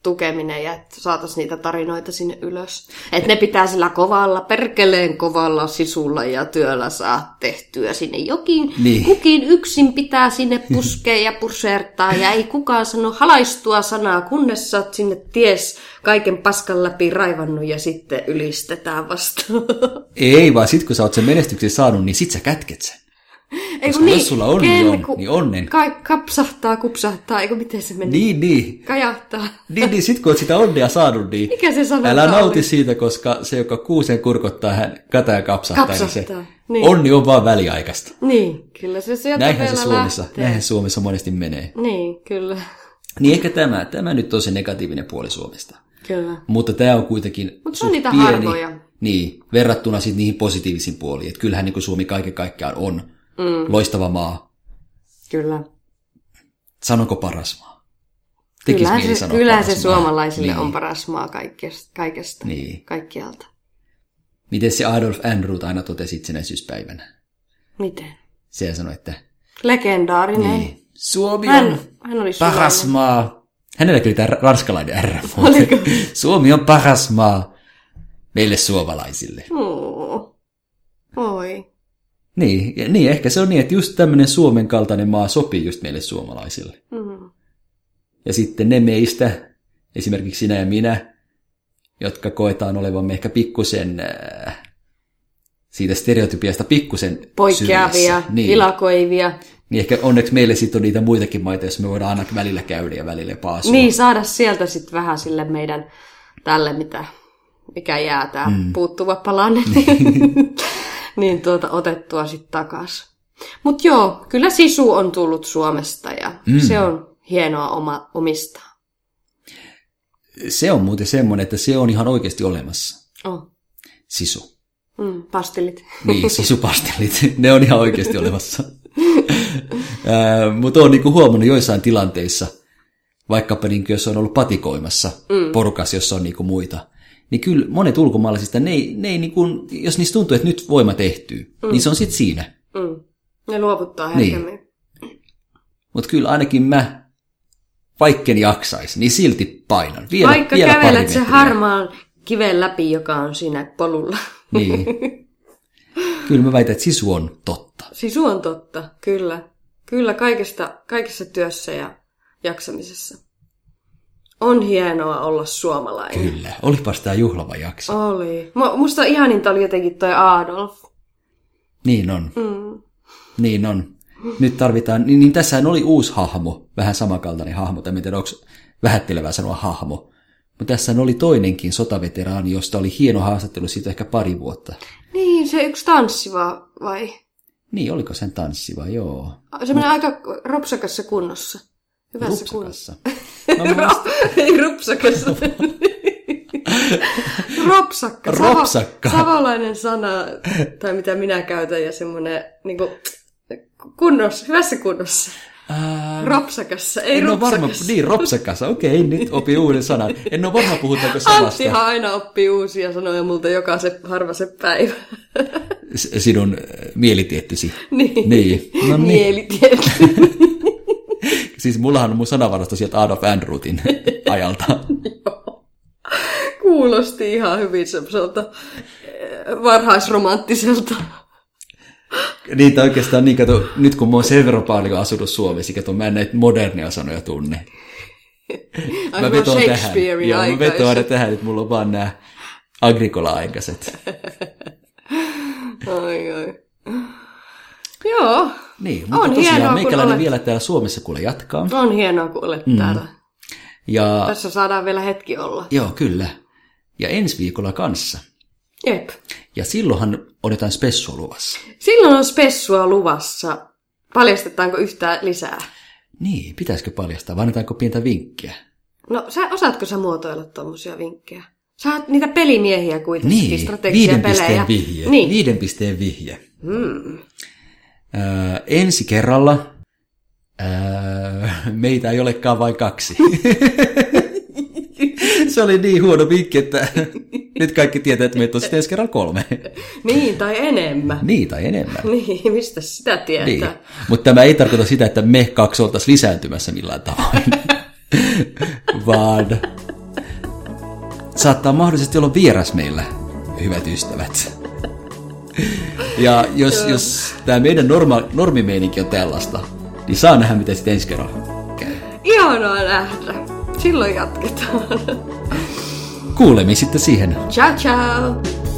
Speaker 2: tukeminen ja että saataisiin niitä tarinoita sinne ylös. Että ne pitää sillä kovalla, perkeleen kovalla sisulla ja työllä saa tehtyä sinne jokin.
Speaker 1: Niin.
Speaker 2: Kukin yksin pitää sinne puskea ja pusertaa ja ei kukaan sano halaistua sanaa, kunnes sä oot sinne ties kaiken paskan läpi raivannut ja sitten ylistetään vasta. <laughs>
Speaker 1: Ei, vaan sit kun sä oot sen menestyksen saanut, niin sit sä kätket sen.
Speaker 2: Ei
Speaker 1: Koska jos sulla on, niin on, niin onnen.
Speaker 2: Ka- kapsahtaa, kupsahtaa, eikö miten se meni?
Speaker 1: Niin, niin.
Speaker 2: Kajahtaa.
Speaker 1: Niin, niin sit kun oot sitä onnea saanut, niin
Speaker 2: Mikä se sanotaan
Speaker 1: älä nauti
Speaker 2: oli?
Speaker 1: siitä, koska se, joka kuusen kurkottaa, hän kataa kapsahtaa.
Speaker 2: Kapsahtaa,
Speaker 1: Niin se
Speaker 2: niin.
Speaker 1: Onni on vaan väliaikaista.
Speaker 2: Niin, kyllä se sieltä
Speaker 1: Näinhän se
Speaker 2: vielä
Speaker 1: Suomessa,
Speaker 2: lähtee.
Speaker 1: näinhän Suomessa monesti menee.
Speaker 2: Niin, kyllä.
Speaker 1: Niin ehkä tämä, tämä nyt on se negatiivinen puoli Suomesta.
Speaker 2: Kyllä.
Speaker 1: Mutta tämä on kuitenkin
Speaker 2: Mut se on
Speaker 1: suht
Speaker 2: niitä
Speaker 1: pieni,
Speaker 2: harvoja.
Speaker 1: Niin, verrattuna sit niihin positiivisiin puoliin. Että kyllähän niin kuin Suomi kaiken kaikkiaan on mm. loistava maa.
Speaker 2: Kyllä.
Speaker 1: Sanonko paras maa? Tekis
Speaker 2: Kyllähän
Speaker 1: mieli
Speaker 2: se,
Speaker 1: sanoa
Speaker 2: kyllähän se
Speaker 1: paras maa.
Speaker 2: suomalaisille
Speaker 1: niin.
Speaker 2: on paras maa kaikkesta, kaikesta
Speaker 1: Niin.
Speaker 2: kaikkialta.
Speaker 1: Miten se Adolf Andrews aina totesi itsenäisyyspäivänä?
Speaker 2: Miten?
Speaker 1: Se sanoi, että
Speaker 2: Legendaarinen.
Speaker 1: niin, Suomi on
Speaker 2: Hän, hän oli
Speaker 1: paras
Speaker 2: suomalainen.
Speaker 1: maa. Hänellä kyllä tämä ranskalainen R. muuten.
Speaker 2: Oliko?
Speaker 1: <laughs> Suomi on paras maa meille suomalaisille.
Speaker 2: Oo. Oi.
Speaker 1: Niin, ja- niin, ehkä se on niin, että just tämmöinen Suomen kaltainen maa sopii just meille suomalaisille.
Speaker 2: Mm.
Speaker 1: Ja sitten ne meistä, esimerkiksi sinä ja minä, jotka koetaan olevamme ehkä pikkusen äh, siitä stereotypiasta pikkusen
Speaker 2: Poikkeavia,
Speaker 1: syrjässä. niin,
Speaker 2: ilakoivia.
Speaker 1: niin ehkä onneksi meille sitten on niitä muitakin maita, jos me voidaan aina välillä käydä ja välillä paasua.
Speaker 2: Niin, saada sieltä sitten vähän sille meidän tälle, mitä, mikä jää tämä mm. puuttuva
Speaker 1: <laughs>
Speaker 2: palanen, niin tuota, otettua sitten takaisin. Mutta joo, kyllä sisu on tullut Suomesta ja mm. se on hienoa oma, omistaa.
Speaker 1: Se on muuten semmoinen, että se on ihan oikeasti olemassa.
Speaker 2: Oh.
Speaker 1: Sisu.
Speaker 2: Mm, pastilit.
Speaker 1: Niin, sisupastelit, ne on ihan oikeasti olemassa. <laughs> Mutta olen niinku huomannut joissain tilanteissa, vaikkapa niinku, jos on ollut patikoimassa mm. porukas, jossa on niinku muita, niin kyllä monet ulkomaalaisista, ne ei, ne ei niinku, jos niistä tuntuu, että nyt voima tehtyy, mm. niin se on sitten siinä.
Speaker 2: <laughs> Mm. Ne luovuttaa
Speaker 1: Niin.
Speaker 2: herkemmin.
Speaker 1: Mutta kyllä ainakin mä, vaikken jaksaisi, niin silti painan. Vielä,
Speaker 2: Vaikka
Speaker 1: vielä pari
Speaker 2: kävelet sen
Speaker 1: metriä.
Speaker 2: harmaan kiven läpi, joka on siinä polulla.
Speaker 1: Niin. Kyllä mä väitän, että sisu on totta.
Speaker 2: Sisu Siis on totta, kyllä. Kyllä kaikesta, kaikessa työssä ja jaksamisessa. On hienoa olla suomalainen.
Speaker 1: Kyllä, olipas tämä juhlava jakso.
Speaker 2: Oli. Mu- Musta ihaninta oli jotenkin toi Adolf.
Speaker 1: Niin on.
Speaker 2: Mm.
Speaker 1: Niin on. Nyt tarvitaan, niin, niin tässähän oli uusi hahmo, vähän samankaltainen hahmo, tai miten onko vähättelevää sanoa hahmo. Mutta tässä oli toinenkin sotaveteraani, josta oli hieno haastattelu siitä ehkä pari vuotta.
Speaker 2: Niin, se yksi tanssi vaan, vai?
Speaker 1: Niin, oliko sen tanssiva? Joo.
Speaker 2: Semmoinen aika ropsakassa kunnossa. Hyvässä kunnossa.
Speaker 1: Rupsakassa. No Mä
Speaker 2: <laughs>
Speaker 1: muistan-
Speaker 2: Ei rupsakassa.
Speaker 1: <laughs>
Speaker 2: Ropsakka. Savo-
Speaker 1: Ropsakka.
Speaker 2: Savolainen sana, tai mitä minä käytän, ja semmoinen niin kuin, kunnossa, hyvässä kunnossa.
Speaker 1: Ää,
Speaker 2: Ropsakassa, ei
Speaker 1: en ole
Speaker 2: rupsakassa.
Speaker 1: varma, niin ropsakassa, okei, nyt opi uuden sanan. En ole varma, puhutaanko samasta.
Speaker 2: Anttihan aina oppii uusia sanoja multa joka se harva se päivä. <laughs>
Speaker 1: S- sinun äh, mielitiettisi.
Speaker 2: niin.
Speaker 1: Niin. No niin.
Speaker 2: Mielitiet.
Speaker 1: Siis mullahan on mun sanavarasto sieltä Adolf
Speaker 2: <laughs>
Speaker 1: Andrutin ajalta.
Speaker 2: Kuulosti ihan hyvin semmoiselta eh, varhaisromanttiselta.
Speaker 1: Niitä oikeastaan niin, kato, nyt kun mä oon sen verran paljon asunut Suomessa, kato, mä en näitä modernia sanoja tunne. Mä
Speaker 2: Aivan
Speaker 1: vetoan tähän.
Speaker 2: Shakespearein
Speaker 1: Joo, mä vetoan aina
Speaker 2: aikaiset.
Speaker 1: tähän, että mulla on vaan nämä agrikola-aikaiset.
Speaker 2: Ai, ai. Joo,
Speaker 1: Niin, mutta
Speaker 2: On
Speaker 1: tosiaan
Speaker 2: hienoa, kun
Speaker 1: meikäläinen
Speaker 2: olet-
Speaker 1: vielä täällä Suomessa kuule jatkaa.
Speaker 2: on hienoa kun olet mm. täällä.
Speaker 1: Ja
Speaker 2: Tässä saadaan vielä hetki olla.
Speaker 1: joo, kyllä. Ja ensi viikolla kanssa.
Speaker 2: Jep.
Speaker 1: Ja silloinhan on jotain spessua luvassa.
Speaker 2: Silloin on spessua luvassa. Paljastetaanko yhtään lisää?
Speaker 1: Niin, pitäisikö paljastaa, vai annetaanko pientä vinkkiä?
Speaker 2: No, sä, osaatko sä muotoilla tuommoisia vinkkejä? Sä oot niitä pelimiehiä kuitenkin,
Speaker 1: Niin,
Speaker 2: strategisia
Speaker 1: viiden
Speaker 2: pelejä.
Speaker 1: pisteen vihje.
Speaker 2: Niin.
Speaker 1: Viiden pisteen vihje.
Speaker 2: Mm.
Speaker 1: Öö, ensi kerralla öö, meitä ei olekaan vain kaksi. <laughs> Se oli niin huono vinkki, että <laughs> nyt kaikki tietää, että meitä on sitten ensi kerralla kolme.
Speaker 2: niin, tai enemmän. <laughs>
Speaker 1: Niitä tai enemmän.
Speaker 2: Niin, mistä sitä
Speaker 1: Niin.
Speaker 2: tietää?
Speaker 1: Mutta tämä ei tarkoita sitä, että me kaksi oltaisiin lisääntymässä millään tavoin, <laughs> vaan saattaa mahdollisesti olla vieras meillä, hyvät ystävät. Ja jos, jos tämä meidän norma, normimeininki on tällaista, niin saa nähdä, mitä sitten ensi kerralla käy.
Speaker 2: Ihanaa nähdä. Silloin jatketaan. <laughs>
Speaker 1: Kuulemiin sitten siihen.
Speaker 2: Ciao ciao!